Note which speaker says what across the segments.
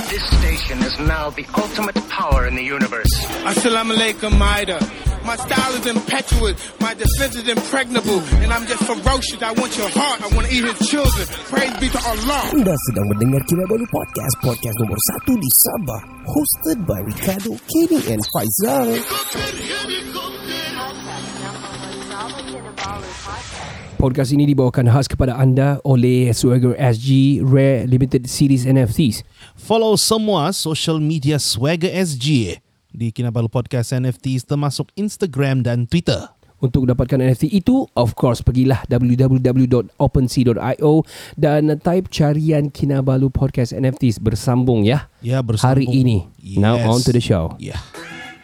Speaker 1: Corporation is now the ultimate power in the universe.
Speaker 2: Assalamu alaikum, Maida. My style is impetuous, my defense is impregnable, and I'm just ferocious. I want your heart, I want to eat his children. Praise be to Allah.
Speaker 3: Anda sedang mendengar Kinabalu Podcast, podcast nombor 1 di Sabah, hosted by Ricardo, Kenny and Faizal.
Speaker 4: Podcast ini dibawakan khas kepada anda oleh Swagger SG Rare Limited Series NFTs.
Speaker 5: Follow semua social media Swagger SG di Kinabalu Podcast NFTs termasuk Instagram dan Twitter.
Speaker 4: Untuk dapatkan NFT itu, of course, pergilah www.opensea.io dan type carian Kinabalu Podcast NFTs bersambung ya.
Speaker 5: Ya, bersambung.
Speaker 4: Hari ini. Now on to the show.
Speaker 5: Ya.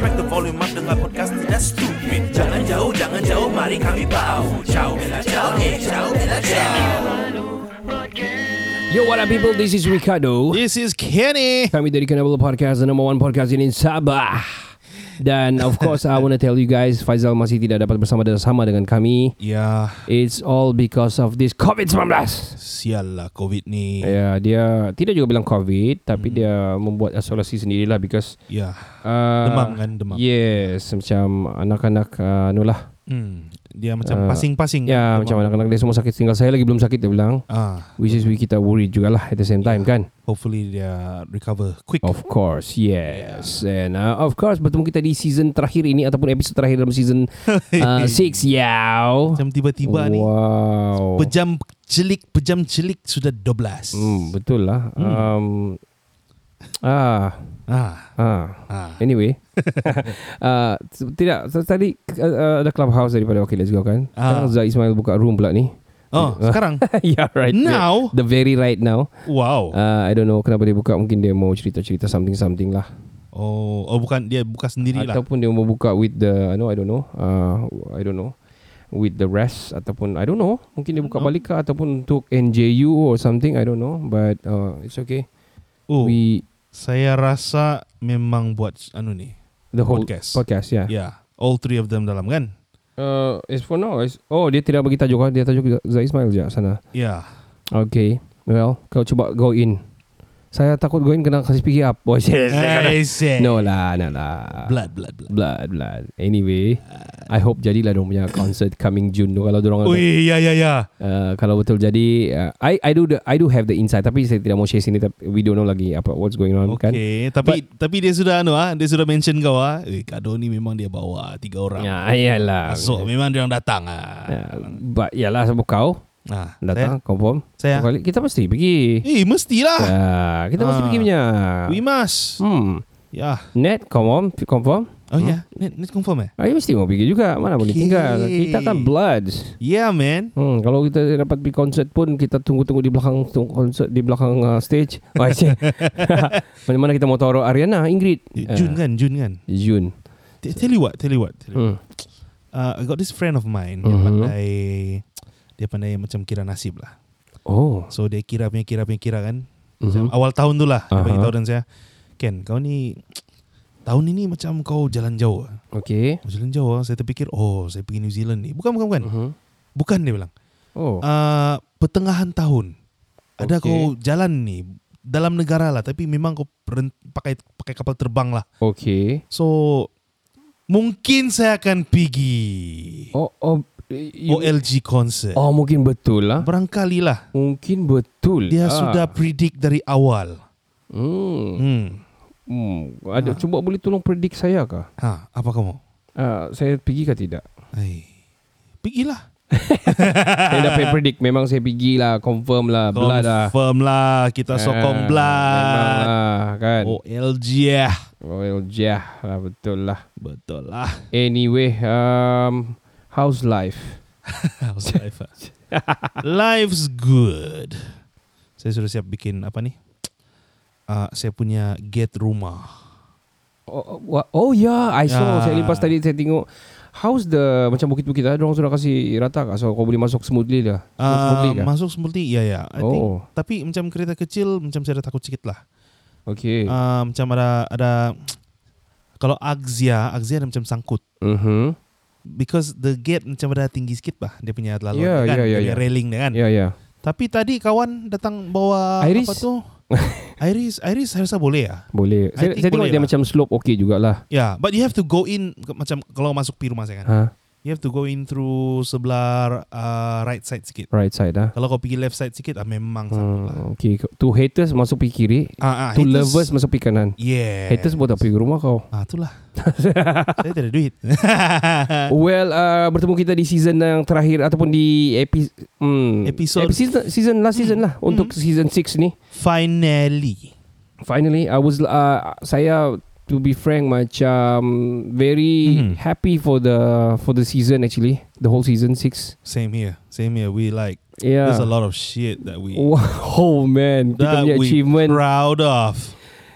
Speaker 6: Crack the volume up dengan podcast tidak stupid Jangan jauh, jangan jauh, mari kami bau Ciao, bella, ciao, eh, ciao, bella, ciao
Speaker 4: Yo, what up people? This is Ricardo.
Speaker 5: This is Kenny.
Speaker 4: Kami dari Kinabalu Podcast, the number one podcast in Sabah. Dan of course, I want to tell you guys, Faizal masih tidak dapat bersama dan sama dengan kami.
Speaker 5: Ya,
Speaker 4: It's all because of this COVID-19.
Speaker 5: sial lah COVID ni. Ya.
Speaker 4: Ya, dia tidak juga bilang COVID tapi dia membuat isolasi sendirilah because
Speaker 5: Yeah.
Speaker 4: uh,
Speaker 5: Demam kan, demam.
Speaker 4: Yes, macam anak-anak uh, anu lah.
Speaker 5: Hmm. Dia macam pasing-pasing.
Speaker 4: Ya,
Speaker 5: kan,
Speaker 4: macam
Speaker 5: demam.
Speaker 4: anak-anak dia semua sakit tinggal saya lagi belum sakit dia bilang.
Speaker 5: Ah,
Speaker 4: Which is we kita worried jugalah at the same time kan.
Speaker 5: hopefully dia recover quick.
Speaker 4: Of course, yes. And uh, of course bertemu kita di season terakhir ini ataupun episod terakhir dalam season 6. Uh, six. Yow.
Speaker 5: Macam tiba-tiba ni
Speaker 4: Wow.
Speaker 5: pejam celik, pejam celik sudah 12.
Speaker 4: Hmm, betul lah. Um, ah,
Speaker 5: Ah,
Speaker 4: ah.
Speaker 5: ah.
Speaker 4: Anyway uh, t- Tidak so, Tadi uh, Ada clubhouse daripada Okay Let's Go kan
Speaker 5: Ah.
Speaker 4: Sekarang Zah Ismail buka room pula ni
Speaker 5: Oh, sekarang.
Speaker 4: Yeah right
Speaker 5: Now?
Speaker 4: The, the very right now
Speaker 5: Wow.
Speaker 4: uh, I don't know Kenapa dia buka Mungkin dia mau cerita-cerita Something-something lah
Speaker 5: Oh, oh bukan dia buka sendiri lah.
Speaker 4: Ataupun dia mau buka With the I know I don't know uh, I don't know With the rest Ataupun I don't know Mungkin dia buka balik ke Ataupun untuk NJU Or something I don't know But uh, It's okay
Speaker 5: Oh,
Speaker 4: We
Speaker 5: saya rasa memang buat anu ni.
Speaker 4: The whole
Speaker 5: Podcast.
Speaker 4: Podcast
Speaker 5: Ya,
Speaker 4: yeah,
Speaker 5: yeah, all three of them dalam kan?
Speaker 4: Uh, it's for now it's, Oh dia tidak bagi tajuk ah. Dia tajuk Zah Ismail je sana
Speaker 5: Ya.
Speaker 4: Okay Well Kau cuba go in Saya takut go in Kena kasih fikir up Boy
Speaker 5: Yeah.
Speaker 4: No lah No lah
Speaker 5: Eh, Blood, blood, blood.
Speaker 4: Blood Blood Anyway I hope jadilah Diorang punya concert Coming June tu Kalau diorang
Speaker 5: Oh, ya, ya, ya.
Speaker 4: Uh, kalau betul jadi uh, I I do the, I do have the insight tapi saya tidak mau share sini tapi we don't know lagi apa what's going on kan.
Speaker 5: Okay, tapi tapi dia sudah anu ah, dia sudah mention kau ah. Eh, kado ni memang dia bawa tiga orang.
Speaker 4: Ya, iyalah.
Speaker 5: So, memang dia orang datang ah.
Speaker 4: Uh, but iyalah sama kau
Speaker 5: Nah,
Speaker 4: datang confirm.
Speaker 5: Saya.
Speaker 4: Kau kali- kita mesti pergi.
Speaker 5: Eh, mestilah.
Speaker 4: Uh, kita mesti
Speaker 5: Ah.
Speaker 4: pergi punya.
Speaker 5: We must.
Speaker 4: Hmm.
Speaker 5: Ya.
Speaker 4: Net confirm confirm.
Speaker 5: Oh, ya.
Speaker 4: Hmm.
Speaker 5: Net, net confirm eh?
Speaker 4: Ah, you mesti mau pergi juga. Mana boleh
Speaker 5: Okay.
Speaker 4: tinggal. Kita kan bloods.
Speaker 5: Yeah, Ya, man.
Speaker 4: Hmm, kalau kita dapat pergi konsert pun kita tunggu-tunggu di belakang tunggu konsert di belakang uh, stage. Wah, cik. Mana-mana kita mau taruh Ariana, Ingrid.
Speaker 5: Eh, Jun
Speaker 4: Ah,
Speaker 5: kan, Jun kan.
Speaker 4: Jun.
Speaker 5: T- Tell you what, tell you what. Tell you
Speaker 4: Hmm.
Speaker 5: what. uh, I got this friend of mine dia
Speaker 4: Mhm.
Speaker 5: pandai dia pandai macam kira nasib lah.
Speaker 4: Oh.
Speaker 5: So dia kira punya kira punya kira kan. Macam
Speaker 4: Mhm.
Speaker 5: awal tahun tu lah dia bagi
Speaker 4: Aha.
Speaker 5: tahu dan saya, Ken kau ni tahun ini macam kau jalan jauh. ah.
Speaker 4: Okay.
Speaker 5: Kau Jalan jauh ah." saya terfikir oh saya pergi New Zealand ni. Bukan bukan bukan.
Speaker 4: Mhm.
Speaker 5: Bukan dia bilang.
Speaker 4: Oh.
Speaker 5: Uh, pertengahan tahun ada
Speaker 4: Okay.
Speaker 5: kau jalan ni dalam negara lah tapi memang kau peren- pakai pakai kapal terbang lah.
Speaker 4: Okay.
Speaker 5: So mungkin saya akan pergi
Speaker 4: Oh, oh. eh, you-
Speaker 5: OLG concert.
Speaker 4: Oh, mungkin betul lah.
Speaker 5: Barangkali lah
Speaker 4: Mungkin betul.
Speaker 5: dia
Speaker 4: Ah.
Speaker 5: sudah predict dari awal.
Speaker 4: Hmm.
Speaker 5: Hmm.
Speaker 4: hmm. Ada
Speaker 5: Ah.
Speaker 4: cuba boleh tolong predik saya kah?
Speaker 5: Ha, apa kamu?
Speaker 4: Ah, saya pergi ke tidak?
Speaker 5: Ai. Pergilah.
Speaker 4: saya dapat predict memang saya pergi lah, confirm lah, blood lah.
Speaker 5: Confirm lah
Speaker 4: Ah,
Speaker 5: kita
Speaker 4: memang
Speaker 5: sokong blood.
Speaker 4: lah, kan.
Speaker 5: OLG ya.
Speaker 4: Well, yeah, lah, betul lah.
Speaker 5: Betul lah.
Speaker 4: Anyway, um, how's life?
Speaker 5: How's life? ah? Life's good. Saya sudah siap bikin apa nih? uh, saya punya gate rumah.
Speaker 4: Oh, oh, oh yeah, I saw.
Speaker 5: Ah.
Speaker 4: Saya lepas tadi saya tengok how's the macam bukit-bukit tadi orang sudah kasi rata kah? So kau boleh masuk smoothly dah.
Speaker 5: Uh,
Speaker 4: Smoothly kah?
Speaker 5: masuk smoothly, ya ya. I think.
Speaker 4: Oh.
Speaker 5: Tapi macam kereta kecil, macam saya ada takut sikit lah.
Speaker 4: Okay. Uh,
Speaker 5: Uh, macam ada ada kalau Axia, Axia ada macam sangkut.
Speaker 4: mm-hmm.
Speaker 5: Because the gate macam ada tinggi sikit lah dia punya laluan
Speaker 4: Yeah,
Speaker 5: dia kan,
Speaker 4: yeah, yeah,
Speaker 5: dia punya
Speaker 4: yeah.
Speaker 5: railing dia kan.
Speaker 4: Yeah, yeah.
Speaker 5: Tapi tadi kawan datang bawa
Speaker 4: Ya. Iris.
Speaker 5: apa tu? Iris, Iris saya rasa boleh ya.
Speaker 4: Boleh.
Speaker 5: I
Speaker 4: Saya,
Speaker 5: think
Speaker 4: saya tengok
Speaker 5: boleh
Speaker 4: dia
Speaker 5: lah.
Speaker 4: macam slope okay jugalah.
Speaker 5: Ya, but you have to go in ke- macam kalau masuk pi rumah saya kan.
Speaker 4: Ha.
Speaker 5: You have to go in through sebelah uh, right side sikit.
Speaker 4: Right side ah.
Speaker 5: Kalau kau pergi left side sikit ah memang sangkut lah.
Speaker 4: Hmm, okay. Tu haters masuk pergi kiri,
Speaker 5: Ah, ah,
Speaker 4: tu
Speaker 5: haters-
Speaker 4: lovers masuk pergi kanan.
Speaker 5: Yeah.
Speaker 4: Haters buat apa pergi rumah kau?
Speaker 5: Ah, itulah. saya tidak ada duit.
Speaker 4: Well, uh, bertemu kita di season yang terakhir ataupun di epi, hmm,
Speaker 5: Episode. Hmm.
Speaker 4: epi- season, season last season lah untuk season 6 ni.
Speaker 5: Finally.
Speaker 4: Finally, I was uh, saya to be frank macam very
Speaker 5: Mhm.
Speaker 4: happy for the for the season actually, the whole season 6.
Speaker 5: Same here. Same here. We like
Speaker 4: Yeah.
Speaker 5: there's a lot of shit that we
Speaker 4: Wow oh, man, kita
Speaker 5: that
Speaker 4: punya
Speaker 5: we
Speaker 4: achievement
Speaker 5: proud of.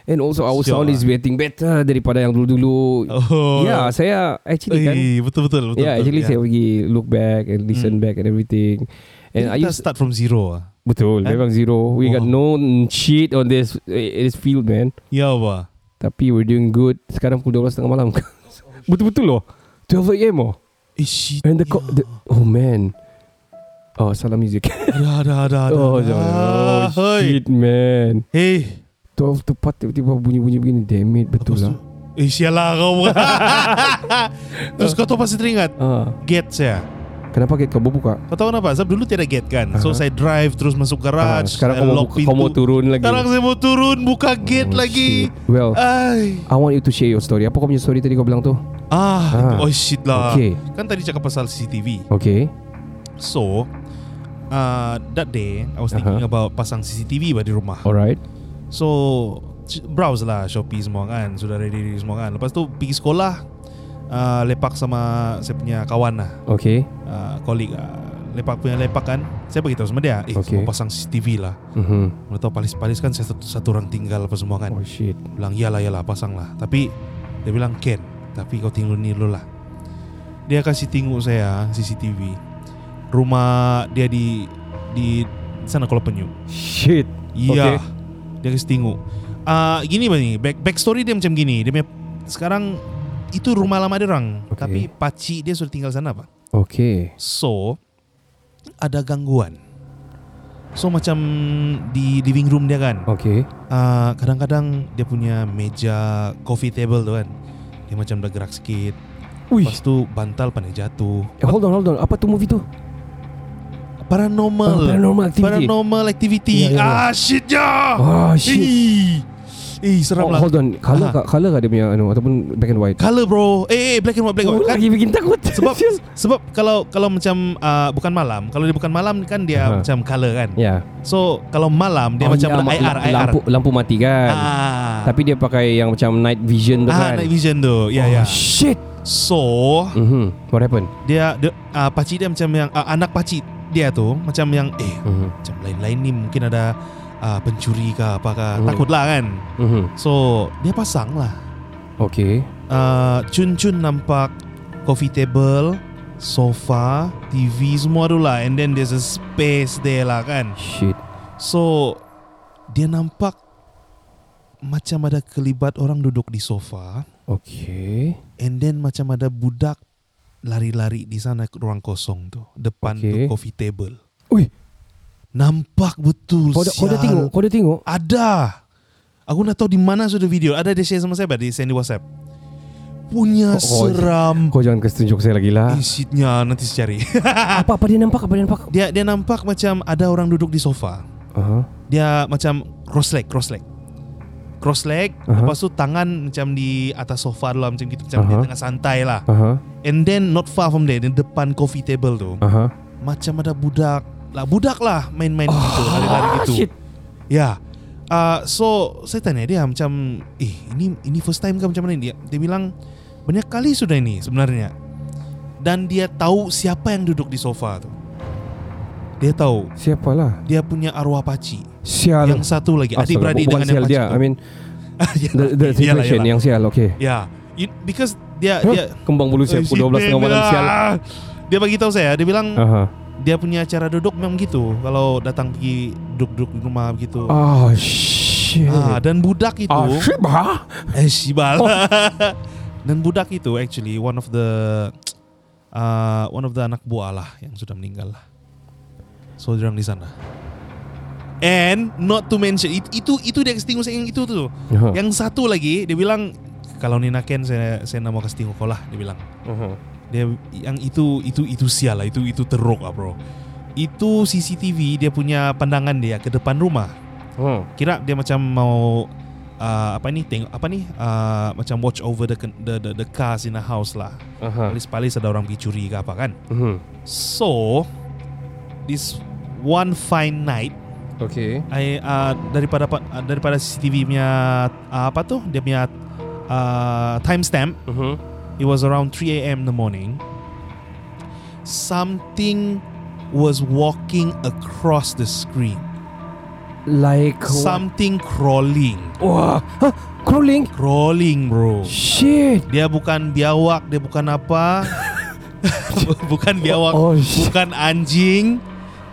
Speaker 4: and also our
Speaker 5: Sure.
Speaker 4: sound is getting better daripada yang dulu-dulu.
Speaker 5: Oh.
Speaker 4: Yeah, saya actually kan
Speaker 5: Eh, betul betul betul.
Speaker 4: yeah,
Speaker 5: betul,
Speaker 4: actually saya pergi look back and listen back and everything. And I
Speaker 5: Jadi kita
Speaker 4: used
Speaker 5: start from zero. ah.
Speaker 4: betul,
Speaker 5: Eh? Oh.
Speaker 4: memang zero. We got no shit on this eh, this field, man.
Speaker 5: Ya apa?
Speaker 4: Tapi we're doing good. Sekarang pukul 12 tengah malam. Betul-betul loh. 12 AM oh.
Speaker 5: Eh shit.
Speaker 4: And the, co- the oh man. Oh, salah music.
Speaker 5: Dah Ya, dah dah dah. Ah,
Speaker 4: oh, sorry. oh, shit, man.
Speaker 5: Hey.
Speaker 4: 12 tepat tiba-tiba bunyi-bunyi begini. Damn it, betul
Speaker 5: Lepas
Speaker 4: lah.
Speaker 5: tu, Eh sialah kau Terus kau tu pasti teringat
Speaker 4: Ah,
Speaker 5: Gate saya
Speaker 4: kenapa gate kau buka?
Speaker 5: Kau tahu kenapa? Sebab dulu tiada gate kan So saya drive Terus masuk
Speaker 4: Ah, Uh-huh.
Speaker 5: garage
Speaker 4: sekarang
Speaker 5: saya
Speaker 4: kau mau,
Speaker 5: lock
Speaker 4: buka, kau mau turun lagi.
Speaker 5: Sekarang saya mau turun Buka gate
Speaker 4: Oh,
Speaker 5: lagi
Speaker 4: shit. Well,
Speaker 5: Ay.
Speaker 4: I want you to share your story. Apa kau punya story tadi kau bilang tu?
Speaker 5: Ah,
Speaker 4: Ah.
Speaker 5: Oh shit lah
Speaker 4: Okay.
Speaker 5: Kan tadi cakap pasal CCTV
Speaker 4: Okay.
Speaker 5: So uh, That day I was thinking
Speaker 4: Aha.
Speaker 5: about Pasang CCTV di rumah
Speaker 4: Alright.
Speaker 5: So c- Browse lah Shopee semua kan Sudah ready semua kan Lepas tu pergi sekolah uh, Lepak sama Saya punya kawan lah
Speaker 4: Okay.
Speaker 5: uh, kolik uh, lepak punya lepak kan saya beritahu sama dia eh
Speaker 4: Okay.
Speaker 5: okay. pasang CCTV lah
Speaker 4: Mm-hmm.
Speaker 5: mana tahu palis-palis kan saya satu, satu orang tinggal apa semua kan
Speaker 4: Oh shit.
Speaker 5: bilang iyalah iyalah pasang lah tapi dia bilang Ken tapi kau tinggal ni dulu lah dia kasih tengok saya CCTV rumah dia di di sana kalau penyu
Speaker 4: Shit. Okay.
Speaker 5: Iya. Dia kasi tengok. Ah gini bah ni, back back story dia macam gini. Dia punya, sekarang itu rumah lama dia orang,
Speaker 4: Okay.
Speaker 5: tapi pakcik dia sudah tinggal sana pak.
Speaker 4: Okay.
Speaker 5: So ada gangguan. So macam di living room dia kan.
Speaker 4: Okay.
Speaker 5: Ah, kadang-kadang dia punya meja coffee table tu kan. Dia macam dah gerak sikit.
Speaker 4: Wih.
Speaker 5: Lepas tu bantal pandai jatuh.
Speaker 4: Eh, hold on, hold on. Apa tu movie tu?
Speaker 5: Paranormal.
Speaker 4: Oh, paranormal activity.
Speaker 5: Paranormal activity.
Speaker 4: Ya, ya, ya.
Speaker 5: Ah shit ya.
Speaker 4: Oh, shit.
Speaker 5: Eh, eh seram
Speaker 4: Oh,
Speaker 5: lah.
Speaker 4: hold on. Color,
Speaker 5: Aha.
Speaker 4: uh color kah dia punya anu ataupun black and white?
Speaker 5: Color bro. Eh, eh black and white, black and
Speaker 4: Oh,
Speaker 5: white. Kan,
Speaker 4: lagi bikin takut.
Speaker 5: sebab sebab kalau kalau macam ah, bukan malam, kalau dia bukan malam kan dia
Speaker 4: Aha.
Speaker 5: macam color kan.
Speaker 4: ya.
Speaker 5: So kalau malam dia
Speaker 4: Oh,
Speaker 5: macam
Speaker 4: ya,
Speaker 5: ada
Speaker 4: mak-
Speaker 5: IR IR.
Speaker 4: lampu lampu mati kan.
Speaker 5: Ah.
Speaker 4: Tapi dia pakai yang macam night vision tu kan.
Speaker 5: ah, night vision tu. Ya ya.
Speaker 4: Oh, shit.
Speaker 5: So
Speaker 4: Mhm. What happened?
Speaker 5: dia, dia ah, pakcik dia macam yang ah, anak pakcik dia tu macam yang eh
Speaker 4: Mhm.
Speaker 5: macam lain-lain ni mungkin ada ah, pencuri ke apakah
Speaker 4: Hmm.
Speaker 5: takutlah kan.
Speaker 4: Mhm.
Speaker 5: So dia pasang lah.
Speaker 4: Okay.
Speaker 5: Ah, Cun-cun nampak coffee table, sofa, TV semua tu lah. And then there's a space there lah kan.
Speaker 4: Shit.
Speaker 5: So dia nampak macam ada kelibat orang duduk di sofa.
Speaker 4: Okay.
Speaker 5: And then macam ada budak lari-lari di sana ke ruang kosong tu. Depan tu
Speaker 4: Okay.
Speaker 5: coffee table.
Speaker 4: Ui,
Speaker 5: Nampak betul
Speaker 4: kau dah, kau dah
Speaker 5: sial.
Speaker 4: tengok, kau dah tengok.
Speaker 5: Ada. Aku nak tahu di mana sudah video. Ada dia share sama saya, dia send di WhatsApp.
Speaker 4: Kau-
Speaker 5: Punya
Speaker 4: kau-
Speaker 5: seram.
Speaker 4: Kau jangan kasi tunjuk saya lagi lah.
Speaker 5: Isitnya nanti saya cari.
Speaker 4: Apa apa dia nampak? Apa dia nampak?
Speaker 5: dia dia nampak macam ada orang duduk di sofa.
Speaker 4: Aha.
Speaker 5: Dia macam cross leg, cross leg. Cross leg,
Speaker 4: Aha.
Speaker 5: lepas tu tangan macam di atas sofa lah macam gitu, macam
Speaker 4: Aha.
Speaker 5: dia tengah santai lah.
Speaker 4: Aha.
Speaker 5: And then not far from there, di depan coffee table tu,
Speaker 4: Aha.
Speaker 5: macam ada budak lah, budak lah main-main gitu, lari-lari
Speaker 4: Ah,
Speaker 5: gitu.
Speaker 4: shit.
Speaker 5: Ya. Uh, so saya tanya dia macam Eh ini ini first time ke macam mana dia Dia bilang Banyak kali sudah ini sebenarnya Dan dia tahu siapa yang duduk di sofa tu Dia tahu
Speaker 4: Siapalah
Speaker 5: dia punya arwah paci.
Speaker 4: Sial
Speaker 5: Yang satu lagi adik
Speaker 4: Astaga,
Speaker 5: beradik
Speaker 4: Ah, bukan
Speaker 5: dengan
Speaker 4: sial
Speaker 5: yang
Speaker 4: dia I mean The, the situation yang sial Okay
Speaker 5: Ya It- Because dia dia
Speaker 4: Hah? Kembang bulu siap
Speaker 5: Eh,
Speaker 4: Pukul 12 tengah malam
Speaker 5: ah.
Speaker 4: sial
Speaker 5: Dia bagi tahu saya, dia bilang
Speaker 4: Aha.
Speaker 5: dia punya cara duduk memang gitu. Kalau datang pergi duduk-duduk di rumah begitu.
Speaker 4: Oh iya. shit
Speaker 5: Ah, dan budak itu
Speaker 4: Ah shit bah
Speaker 5: eh sibal. dan budak itu actually one of the uh, one of the anak buah lah yang sudah meninggal lah. So dia orang di sana. And not to mention it, itu itu dia kasih tengok saya yang itu tuh.
Speaker 4: Aha.
Speaker 5: Yang satu lagi dia bilang kalau Nina Ken saya saya nak mau kasih tengok kau lah dia bilang.
Speaker 4: Aha.
Speaker 5: Dia yang itu itu itu sial lah, itu itu teruk lah bro. Itu CCTV dia punya pandangan dia ke depan rumah.
Speaker 4: Hmm.
Speaker 5: Kira dia macam mau uh, apa ni tengok apa ni uh, macam watch over the, ken- the the the cars in the house lah.
Speaker 4: Aha.
Speaker 5: Palis-palis ada orang pergi curi ke apa kan.
Speaker 4: Mhm.
Speaker 5: So this one fine night
Speaker 4: Okay
Speaker 5: I uh, daripada pa- uh, daripada CCTV punya uh, apa tu dia punya uh, timestamp
Speaker 4: Mhm.
Speaker 5: It was around 3 a.m. in the morning. Something was walking across the screen.
Speaker 4: Like what?
Speaker 5: Something crawling.
Speaker 4: Wah Hah? Crawling
Speaker 5: Crawling, bro.
Speaker 4: Shit
Speaker 5: Dia bukan biawak, dia bukan apa. bukan biawak,
Speaker 4: Oh, shit.
Speaker 5: bukan anjing,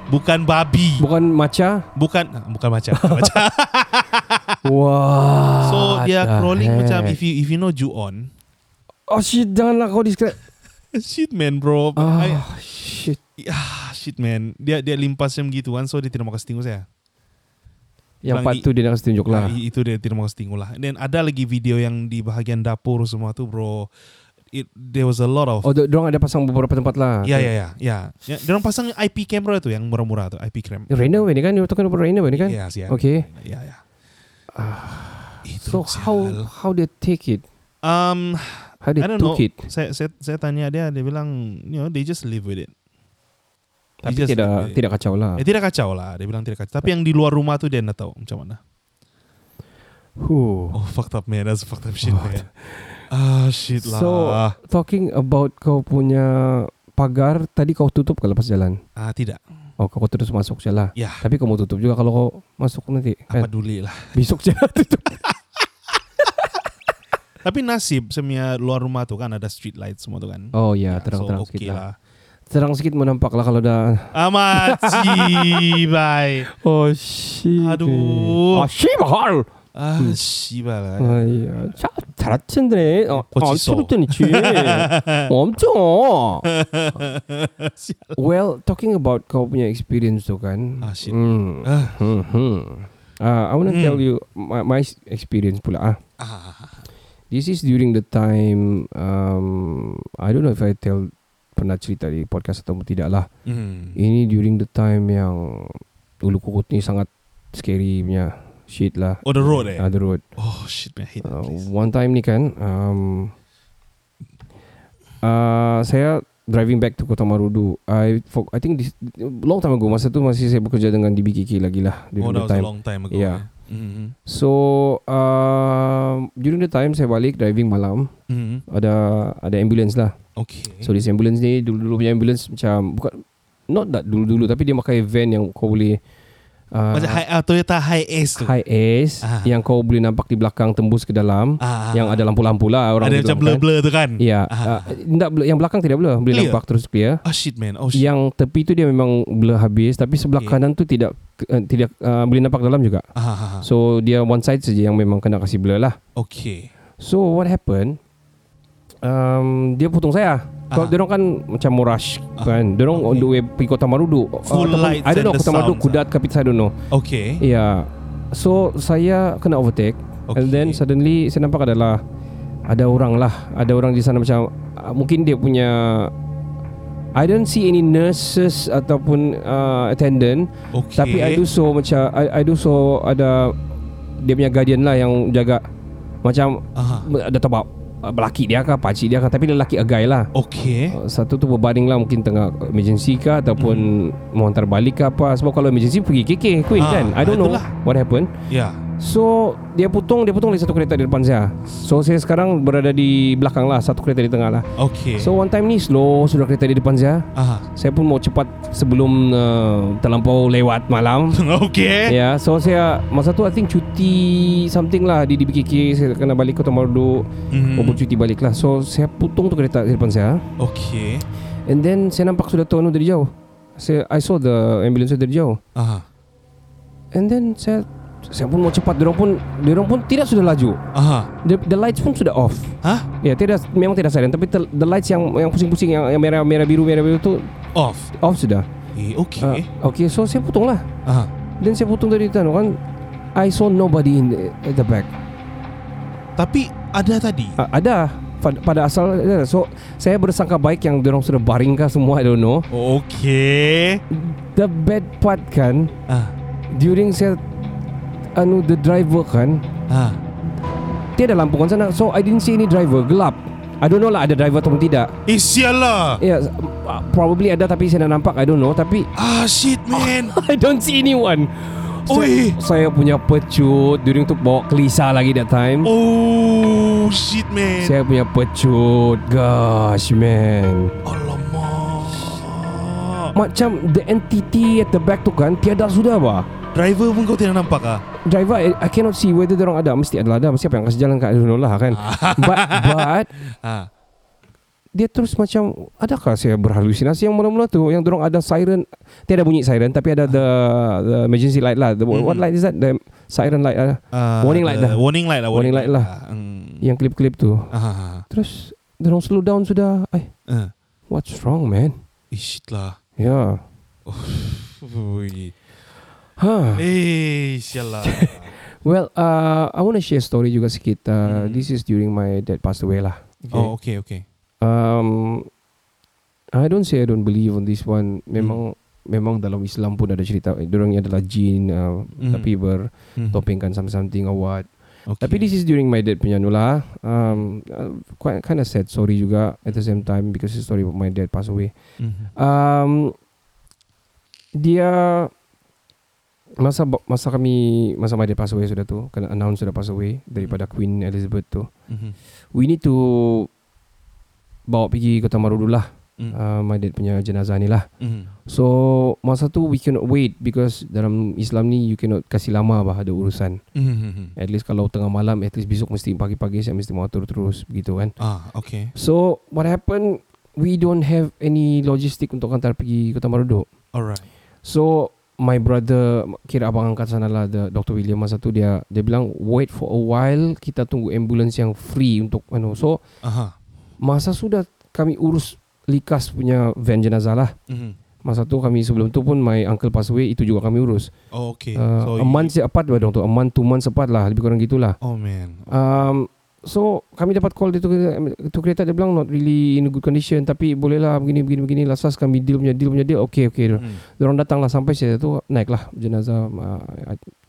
Speaker 5: bukan babi,
Speaker 4: Bukan maca
Speaker 5: bukan ah, bukan macam macam.
Speaker 4: Wah
Speaker 5: So dia
Speaker 4: the
Speaker 5: crawling macam
Speaker 4: heck.
Speaker 5: if you if you know Ju-on.
Speaker 4: Oh shit Janganlah kau describe
Speaker 5: Shit man, bro. I-
Speaker 4: Ah shit
Speaker 5: ah, shit man. Dia dia limpas macam gitu kan. So dia tidak mau kasih tengok saya.
Speaker 4: Yang
Speaker 5: Bang,
Speaker 4: part
Speaker 5: i-
Speaker 4: tu dia nak kasih tunjuk lah
Speaker 5: Ah, i- itu dia tidak mau kasih tengok lah. Dan ada lagi video yang di bahagian dapur semua tu bro. It, there was a lot of
Speaker 4: Oh, dia orang ada pasang beberapa tempat lah.
Speaker 5: Ya ya ya ya. ya Diorang pasang IP camera tu yang murah-murah tu IP cam.
Speaker 4: Reina ni kan, you talking about Reina ni kan?
Speaker 5: Ya siap.
Speaker 4: Okay. Ah.
Speaker 5: Ya ya.
Speaker 4: So how how they take it?
Speaker 5: Um,
Speaker 4: How they
Speaker 5: I don't know.
Speaker 4: took it?
Speaker 5: Saya, saya saya tanya dia, dia bilang, you know, they just live with it. They
Speaker 4: Tapi
Speaker 5: just live
Speaker 4: tidak
Speaker 5: with it.
Speaker 4: tidak kacau lah.
Speaker 5: Eh, tidak kacau lah. Dia bilang tidak kacau. Tapi yang di luar rumah tu dia nak tahu macam mana.
Speaker 4: Huh.
Speaker 5: Oh fucked up man, that's fucked up shit man. Ah shit lah.
Speaker 4: So talking about kau punya pagar tadi kau tutup kalau pas jalan.
Speaker 5: ah tidak.
Speaker 4: Oh, kau terus masuk je lah.
Speaker 5: Ya.
Speaker 4: Tapi kau mau tutup juga kalau kau masuk nanti. Kan?
Speaker 5: Apa peduli lah.
Speaker 4: Besok je lah tutup.
Speaker 5: Tapi nasib semia luar rumah tu kan ada street light semua tu kan.
Speaker 4: Oh ya,
Speaker 5: Ya, so
Speaker 4: terang-terang
Speaker 5: okay
Speaker 4: sikit lah. Terang sikit menampak lah kalau dah.
Speaker 5: Amati bye.
Speaker 4: Oh shit.
Speaker 5: Aduh.
Speaker 4: Oh shit mahal.
Speaker 5: Ah
Speaker 4: Hmm.
Speaker 5: 씨발.
Speaker 4: 아이야, 자, 잘할 텐데. 어, 어,
Speaker 5: 멋있어.
Speaker 4: 캐릭터니지. 엄청. Well, talking about kau punya experience tu kan.
Speaker 5: Ah, shit.
Speaker 4: Hmm.
Speaker 5: Ah.
Speaker 4: Hmm, hmm. Uh, I want to
Speaker 5: Hmm.
Speaker 4: tell you my, my experience pula ah.
Speaker 5: Ah,
Speaker 4: This is during the time um, I don't know if I tell pernah cerita di podcast atau tidak lah.
Speaker 5: mm.
Speaker 4: Ini during the time yang Ulu Kukut ni sangat scary punya shit lah.
Speaker 5: Oh the road eh.
Speaker 4: Other road.
Speaker 5: Oh shit man, I hate that
Speaker 4: Uh,
Speaker 5: place.
Speaker 4: one time ni kan um, uh, saya driving back to Kota Marudu. I for, I think this long time ago masa tu masih saya bekerja dengan DBKK lagi lah
Speaker 5: Oh
Speaker 4: during the
Speaker 5: that was a
Speaker 4: time.
Speaker 5: long time ago.
Speaker 4: Yeah.
Speaker 5: eh. Mm-hmm.
Speaker 4: So um, during the time saya balik driving malam
Speaker 5: Mm-hmm.
Speaker 4: ada ada ambulance lah.
Speaker 5: Okay.
Speaker 4: So this ambulance ni dulu-dulu punya ambulance macam bukan not that dulu-dulu tapi dia pakai van yang kau boleh uh,
Speaker 5: Macam high, ah, Toyota High S tu.
Speaker 4: high ace
Speaker 5: Ah.
Speaker 4: yang kau boleh nampak di belakang tembus ke dalam
Speaker 5: Ah,
Speaker 4: yang ada lampu-lampu lah orang
Speaker 5: ada
Speaker 4: bilang
Speaker 5: macam
Speaker 4: kan.
Speaker 5: blur-blur tu kan.
Speaker 4: Ya, uh,
Speaker 5: Ah.
Speaker 4: enggak, blur- yang belakang tidak blur, boleh
Speaker 5: Clear?
Speaker 4: nampak terus clear.
Speaker 5: Oh shit man. Oh shit.
Speaker 4: Yang tepi tu dia memang blur habis, tapi sebelah
Speaker 5: Okay.
Speaker 4: kanan tu tidak eh, tidak uh, boleh nampak dalam juga.
Speaker 5: Ah,
Speaker 4: So dia one side saja yang memang kena kasih blur lah.
Speaker 5: okay.
Speaker 4: So what happen? Um, dia potong saya. Kalau
Speaker 5: Ah.
Speaker 4: dia orang kan macam mau rush kan. Dia orang on the way pergi Kota Marudu.
Speaker 5: Full
Speaker 4: Ataupun-
Speaker 5: lights
Speaker 4: I don't know
Speaker 5: and the
Speaker 4: Kota Marudu
Speaker 5: sounds, ah.
Speaker 4: Kudat Kapit I don't know.
Speaker 5: Okay.
Speaker 4: Ya. So saya kena overtake okay. and
Speaker 5: Okay.
Speaker 4: then suddenly saya nampak adalah ada orang lah, ada orang di sana macam uh, mungkin dia punya I don't see any nurses ataupun uh, attendant
Speaker 5: Okay.
Speaker 4: tapi I do so macam I, I do so ada dia punya guardian lah yang jaga macam
Speaker 5: Aha.
Speaker 4: ada tebak lelaki dia ke pakcik dia ke tapi lelaki agai lah
Speaker 5: Okay.
Speaker 4: Uh, Satu tu berbaring lah Mungkin tengah emergency ke Ataupun Mau hantar balik ke apa Sebab kalau emergency Pergi KK Quick
Speaker 5: Hmm. Ah,
Speaker 4: kan I don't know
Speaker 5: itulah.
Speaker 4: What happened
Speaker 5: Ya.
Speaker 4: So dia putung Dia putung lagi satu kereta di depan saya So saya sekarang berada di belakang lah Satu kereta di tengah lah
Speaker 5: Okay.
Speaker 4: So one time ni slow Sudah kereta di depan saya
Speaker 5: Aha.
Speaker 4: Saya pun mau cepat sebelum uh, terlampau lewat malam
Speaker 5: okay.
Speaker 4: Ya, yeah, so saya masa tu I think cuti something lah di DBKK saya kena balik Kota Marudu.
Speaker 5: Mhm.
Speaker 4: Mm. cuti balik lah. So saya putung tu kereta di depan saya.
Speaker 5: Okay.
Speaker 4: And then saya nampak sudah tahu dari jauh. Saya I saw the ambulance dari jauh.
Speaker 5: Aha.
Speaker 4: And then saya saya pun mau cepat. Diorang pun diorang pun tidak sudah laju.
Speaker 5: Aha. Ha?
Speaker 4: The, the lights pun sudah off.
Speaker 5: Hah?
Speaker 4: Ya, tidak memang tidak siren tapi tel- the lights yang yang pusing-pusing yang, yang merah merah biru merah biru tu
Speaker 5: Off.
Speaker 4: off sudah.
Speaker 5: Eh,
Speaker 4: Ah,
Speaker 5: okay.
Speaker 4: okay, so saya putung lah.
Speaker 5: Aha.
Speaker 4: Then saya putung dari tanah kan. I saw nobody in the, at the back.
Speaker 5: Tapi ada tadi.
Speaker 4: Uh, ada pada, pada asal ada. so saya bersangka baik yang dorong sudah baringkah semua I don't know.
Speaker 5: Okay.
Speaker 4: The bad part kan
Speaker 5: Ah.
Speaker 4: during saya anu the driver kan
Speaker 5: Ah.
Speaker 4: tiada lampu kan sana so I didn't see any driver gelap. I don't know lah ada driver atau tidak.
Speaker 5: Eh, sial lah.
Speaker 4: Ya yeah, uh, probably ada tapi saya nak nampak I don't know tapi
Speaker 5: Ah, shit, man.
Speaker 4: I don't see anyone.
Speaker 5: Oi.
Speaker 4: Saya, saya punya pecut during tu bawa kelisa lagi that time.
Speaker 5: Oh, shit, man.
Speaker 4: Saya punya pecut Gosh man
Speaker 5: Alamak.
Speaker 4: Macam the entity at the back tu kan Tiada sudah bah
Speaker 5: Driver pun kau tidak nampak ah?
Speaker 4: driver I, I cannot see whether orang ada mesti ada ada mesti apa yang kasih jalan kat Azrul lah kan but but
Speaker 5: Ah.
Speaker 4: dia terus macam adakah saya berhalusinasi yang mula-mula tu yang dorong ada siren tiada bunyi siren tapi ada the, the emergency light lah the, what
Speaker 5: Mhm.
Speaker 4: light is that the siren light lah
Speaker 5: Ah,
Speaker 4: Warning light
Speaker 5: ada-
Speaker 4: lah.
Speaker 5: Warning light lah.
Speaker 4: Warning light lah.
Speaker 5: Ah, mm.
Speaker 4: yang klip-klip tu
Speaker 5: Ah, ah, ah.
Speaker 4: terus dorong slow down sudah eh
Speaker 5: Ah.
Speaker 4: what's wrong man
Speaker 5: Eh, shit lah.
Speaker 4: ya
Speaker 5: Ui.
Speaker 4: Huh.
Speaker 5: Eh, sial lah.
Speaker 4: Well, uh, I want to share story juga sikit. Uh,
Speaker 5: Mhm.
Speaker 4: This is during my dad passed away lah.
Speaker 5: Oh, okay, okay.
Speaker 4: Um, I don't say I don't believe on this one. Memang memang dalam Islam pun ada cerita orang adalah jin uh,
Speaker 5: Mm.
Speaker 4: tapi
Speaker 5: Mm.
Speaker 4: bertopengkan some something or what.
Speaker 5: Okay.
Speaker 4: Tapi this is during my dad punya nu lah. Um, uh, quite kind of sad story juga at the same time because the story of my dad passed away.
Speaker 5: Mhm.
Speaker 4: Um, dia masa masa kami masa my dad passed away sudah tu kena announce sudah passed away daripada Queen Elizabeth tu.
Speaker 5: Mhm.
Speaker 4: We need to bawa pergi Kota Marudu lah
Speaker 5: Mm.
Speaker 4: uh, my dad punya jenazah ni lah.
Speaker 5: Mhm.
Speaker 4: So masa tu we cannot wait because dalam Islam ni you cannot kasih lama bah ada urusan.
Speaker 5: Mhm.
Speaker 4: At least kalau tengah malam at least besok mesti pagi-pagi saya mesti mengatur terus begitu kan.
Speaker 5: Ah, okay.
Speaker 4: So what happened we don't have any logistik untuk hantar pergi Kota Marudu.
Speaker 5: Alright.
Speaker 4: So my brother kira abang angkat sana lah the Dr. William masa tu dia dia bilang wait for a while kita tunggu ambulance yang free untuk anu. So
Speaker 5: Aha.
Speaker 4: masa sudah kami urus likas punya van jenazah lah
Speaker 5: Mhm.
Speaker 4: Masa tu kami sebelum tu pun my uncle pass away itu juga kami urus.
Speaker 5: Oh, okay.
Speaker 4: Uh,
Speaker 5: So
Speaker 4: a
Speaker 5: you-
Speaker 4: month apart lah dong tu. A month two months apart lah lebih kurang gitulah.
Speaker 5: Oh man.
Speaker 4: Um, so kami dapat call dia tu, tu kereta dia bilang not really in good condition tapi bolehlah begini begini begini lah sas kami deal punya deal punya deal okay okay. Hmm.
Speaker 5: Mm.
Speaker 4: Diorang datang lah sampai saya tu naik lah jenazah uh,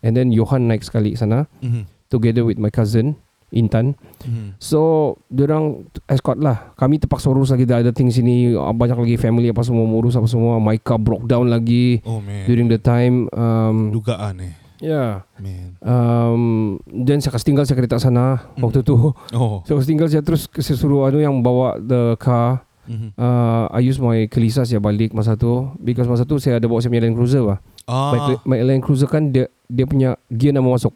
Speaker 4: and then Johan naik sekali ke sana
Speaker 5: Mhm.
Speaker 4: together with my cousin Intan.
Speaker 5: Mhm.
Speaker 4: So diorang escort lah Kami terpaksa urus lagi Ada things sini Banyak lagi family Apa semua urus Apa semua My car broke down lagi
Speaker 5: Oh man.
Speaker 4: during the time um
Speaker 5: Dugaan eh.
Speaker 4: yeah
Speaker 5: Man.
Speaker 4: um then saya kasi tinggal saya kereta sana
Speaker 5: Mm.
Speaker 4: waktu tu
Speaker 5: Oh.
Speaker 4: saya kasi tinggal saya terus saya suruh anu yang bawa the car
Speaker 5: Mhm.
Speaker 4: uh, I use my kelisa saya balik masa tu because masa tu saya ada bawa saya punya Land Cruiser lah my,
Speaker 5: Ah.
Speaker 4: my Land Cruiser kan dia dia punya gear nak mau masuk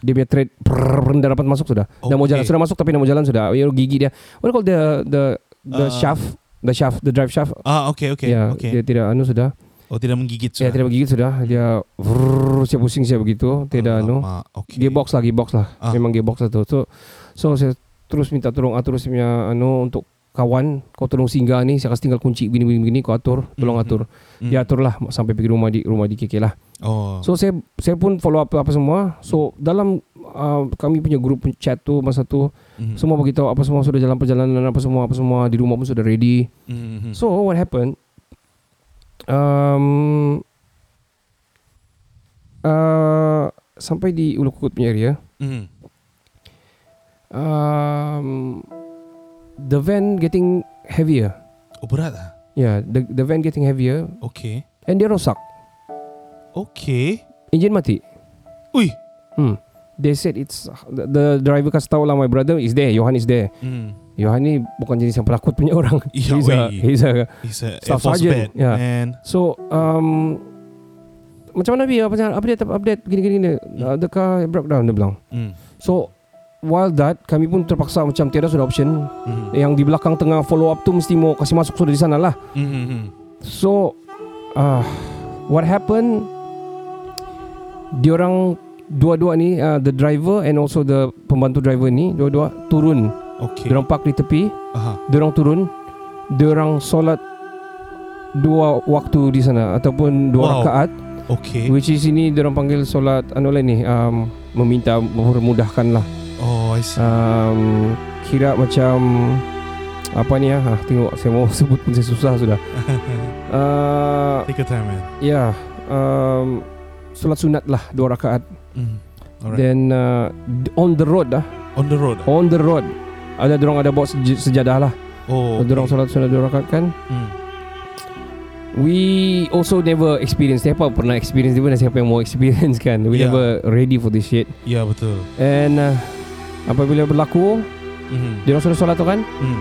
Speaker 4: dia punya trade prrrr, dah dapat masuk sudah okay. dah mau
Speaker 5: Okay.
Speaker 4: jalan sudah masuk tapi dah mau jalan sudah Ya, gigi dia what do you call the the the
Speaker 5: Uh,
Speaker 4: shaft the shaft the drive shaft
Speaker 5: Ah, okay, okay.
Speaker 4: Ya,
Speaker 5: okay.
Speaker 4: dia tidak anu sudah
Speaker 5: oh, tidak menggigit
Speaker 4: Ya tidak menggigit sudah Dia vrrr, Siap pusing siap begitu Tidak anu
Speaker 5: Alamak, Okay.
Speaker 4: Gearbox lah Gearbox lah
Speaker 5: Ah.
Speaker 4: Memang gearbox lah tu So So saya terus minta tolong Atur saya punya anu Untuk kawan Kau tolong singgah ni Saya kasih tinggal kunci Begini begini, begini Kau atur Tolong
Speaker 5: Mhm.
Speaker 4: atur
Speaker 5: Mm.
Speaker 4: Dia atur lah Sampai pergi rumah di rumah di KK lah
Speaker 5: Oh.
Speaker 4: So saya saya pun follow up apa semua
Speaker 5: Mhm.
Speaker 4: So dalam uh, Kami punya grup chat tu Masa tu
Speaker 5: Mhm.
Speaker 4: Semua beritahu Apa semua sudah jalan perjalanan Apa semua Apa semua Di rumah pun sudah ready
Speaker 5: Mhm.
Speaker 4: So what happened? Um, uh, sampai di Ulu Kukut punya area,
Speaker 5: Mhm.
Speaker 4: um, the van getting heavier.
Speaker 5: Oh, berat ah.
Speaker 4: Yeah, the the van getting heavier
Speaker 5: Okay.
Speaker 4: and dia rosak.
Speaker 5: Okay.
Speaker 4: Enjin mati.
Speaker 5: Ui.
Speaker 4: Hmm. they said it's the, the driver kasih tahu lah my brother is there Johan is there
Speaker 5: Hmm.
Speaker 4: Johan ni bukan jenis yang pelakut punya orang
Speaker 5: Ya,
Speaker 4: he's a,
Speaker 5: wey.
Speaker 4: he's a
Speaker 5: He's a Air
Speaker 4: Staff
Speaker 5: Force
Speaker 4: sergeant,
Speaker 5: bed,
Speaker 4: yeah.
Speaker 5: man.
Speaker 4: So um, Macam mana Bi Apa macam update update Gini gini gini uh, The car broke down Dia bilang
Speaker 5: Hmm.
Speaker 4: So While that Kami pun terpaksa Macam tiada sudah option
Speaker 5: Hmm.
Speaker 4: Yang di belakang tengah follow up tu Mesti mau kasih masuk sudah di sana lah
Speaker 5: Hmm. Hmm. hmm.
Speaker 4: So uh, What happened Diorang Dua-dua ni uh, The driver And also the Pembantu driver ni Dua-dua turun
Speaker 5: Okay.
Speaker 4: Diorang park di tepi
Speaker 5: Aha.
Speaker 4: Diorang turun Diorang solat Dua waktu di sana Ataupun dua
Speaker 5: Wow.
Speaker 4: rakaat
Speaker 5: Okay.
Speaker 4: Which is ini Diorang panggil solat Anu lain ni um, Meminta Mempermudahkan lah
Speaker 5: Oh, I see.
Speaker 4: um, Kira macam Apa ni ya ha, Tengok saya mau sebut pun saya susah sudah uh,
Speaker 5: Take your time, man.
Speaker 4: Ya yeah, um, Solat sunat lah Dua rakaat
Speaker 5: Hmm. Alright.
Speaker 4: Then uh, On the road lah
Speaker 5: On the road.
Speaker 4: On the road Ada diorang ada bawa sej- sejadah lah
Speaker 5: Oh.
Speaker 4: okay. Diorang solat sunat dua rakaat kan
Speaker 5: Hmm.
Speaker 4: We also never experience Siapa pernah experience Dia pun siapa yang mau experience kan We
Speaker 5: Yeah.
Speaker 4: never ready for this shit
Speaker 5: Ya betul.
Speaker 4: And uh, Apabila berlaku
Speaker 5: Hmm.
Speaker 4: Dia orang sudah solat tu kan
Speaker 5: Hmm.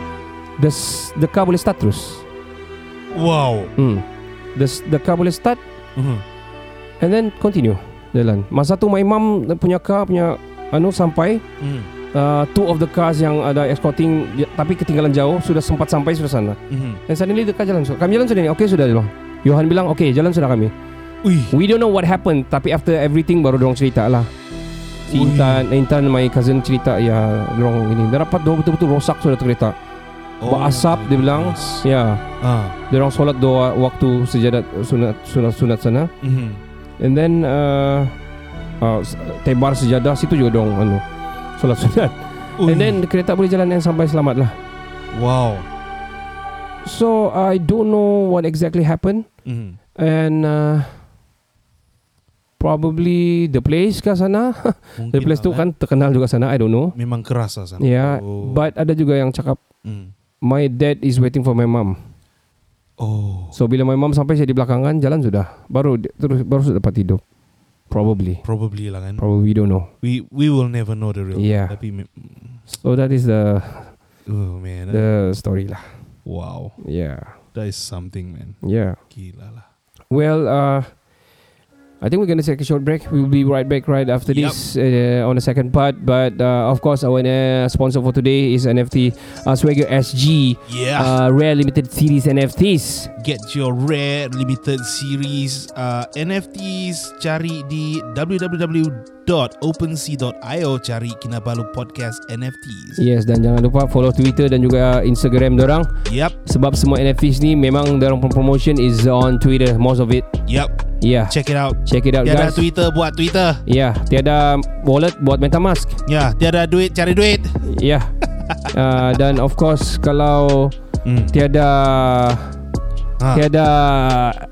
Speaker 4: The, s- the car boleh start terus
Speaker 5: Wow.
Speaker 4: hmm. the, s- the car boleh start
Speaker 5: Hmm.
Speaker 4: And then continue Jalan Masa tu my mom Punya car punya Anu sampai
Speaker 5: Hmm.
Speaker 4: uh, Two of the cars yang ada escorting ya, Tapi ketinggalan jauh Sudah sempat sampai sudah sana
Speaker 5: Hmm.
Speaker 4: And suddenly the car jalan So, Kami jalan sudah ni Okay sudah dia bilang Johan bilang Okay jalan sudah kami
Speaker 5: Wih.
Speaker 4: We don't know what happened Tapi after everything Baru diorang cerita lah Si
Speaker 5: Ui.
Speaker 4: Intan Intan my cousin cerita Ya diorang ini Dia dapat dua betul-betul rosak Sudah kereta oh, Berasap dia bilang Ya
Speaker 5: Ah.
Speaker 4: Diorang solat doa Waktu sejadat Sunat Sunat sunat sana
Speaker 5: Hmm.
Speaker 4: And then uh, uh, s- Tebar sejadah Situ juga diorang anu, Solat sunat
Speaker 5: Ui.
Speaker 4: And then kereta boleh jalan And sampai selamat lah
Speaker 5: wow.
Speaker 4: So I don't know What exactly happened
Speaker 5: Hmm.
Speaker 4: And uh, Probably The place ke sana
Speaker 5: Mungkin
Speaker 4: The place
Speaker 5: lah,
Speaker 4: tu kan terkenal juga sana I don't know
Speaker 5: memang keras lah sana.
Speaker 4: Ya yeah,
Speaker 5: Oh.
Speaker 4: But ada juga yang cakap
Speaker 5: Hmm.
Speaker 4: My dad is waiting for my mom
Speaker 5: Oh.
Speaker 4: So bila my mom sampai Saya di belakangan Jalan sudah Baru di- terus Baru sudah dapat tidur Probably
Speaker 5: Probably lah kan.
Speaker 4: Probably we don't know
Speaker 5: we we will never know the real.
Speaker 4: Yeah.
Speaker 5: Tapi me-
Speaker 4: So that is the
Speaker 5: oh man. that-
Speaker 4: The story lah
Speaker 5: wow.
Speaker 4: Yeah
Speaker 5: That is something man.
Speaker 4: Yeah
Speaker 5: Gila lah.
Speaker 4: Well uh, I think we're gonna take a short break We'll be right back right after
Speaker 5: Yup.
Speaker 4: this uh, On the second part But uh, of course Our uh, sponsor for today Is NFT uh, Swagger SG
Speaker 5: Yeah.
Speaker 4: uh, Rare Limited Series NFTs
Speaker 5: Get your rare limited series uh, NFTs cari di www.opensea.io cari Kinabalu Podcast NFTs.
Speaker 4: Yes dan jangan lupa follow Twitter dan juga Instagram dorang
Speaker 5: Yep,
Speaker 4: sebab semua NFTs ni memang dorang pun promotion is on Twitter most of it.
Speaker 5: yep.
Speaker 4: Yeah. Check,
Speaker 5: Check it out.
Speaker 4: Check it out
Speaker 5: Tiada
Speaker 4: guys.
Speaker 5: Twitter buat Twitter.
Speaker 4: yeah, tiada wallet buat MetaMask.
Speaker 5: Ya, tiada duit cari duit.
Speaker 4: Yeah. uh, Ya. dan of course kalau
Speaker 5: Hmm.
Speaker 4: tiada
Speaker 5: Ah.
Speaker 4: tiada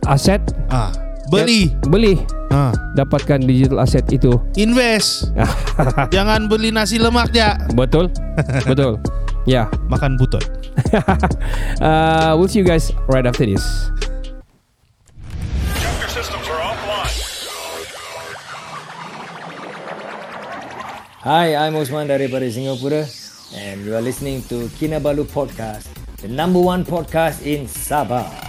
Speaker 4: aset
Speaker 5: Ah, beli.
Speaker 4: beli
Speaker 5: Ah,
Speaker 4: dapatkan digital aset itu.
Speaker 5: invest. Jangan beli nasi lemak ya.
Speaker 4: Betul? Betul. Yeah.
Speaker 5: Makan butut.
Speaker 4: Uh, we'll see you guys right after this.
Speaker 7: Your systems are offline.
Speaker 8: Hi, I'm Osman daripada Singapura and you are listening to Kinabalu Podcast, the number one podcast in Sabah.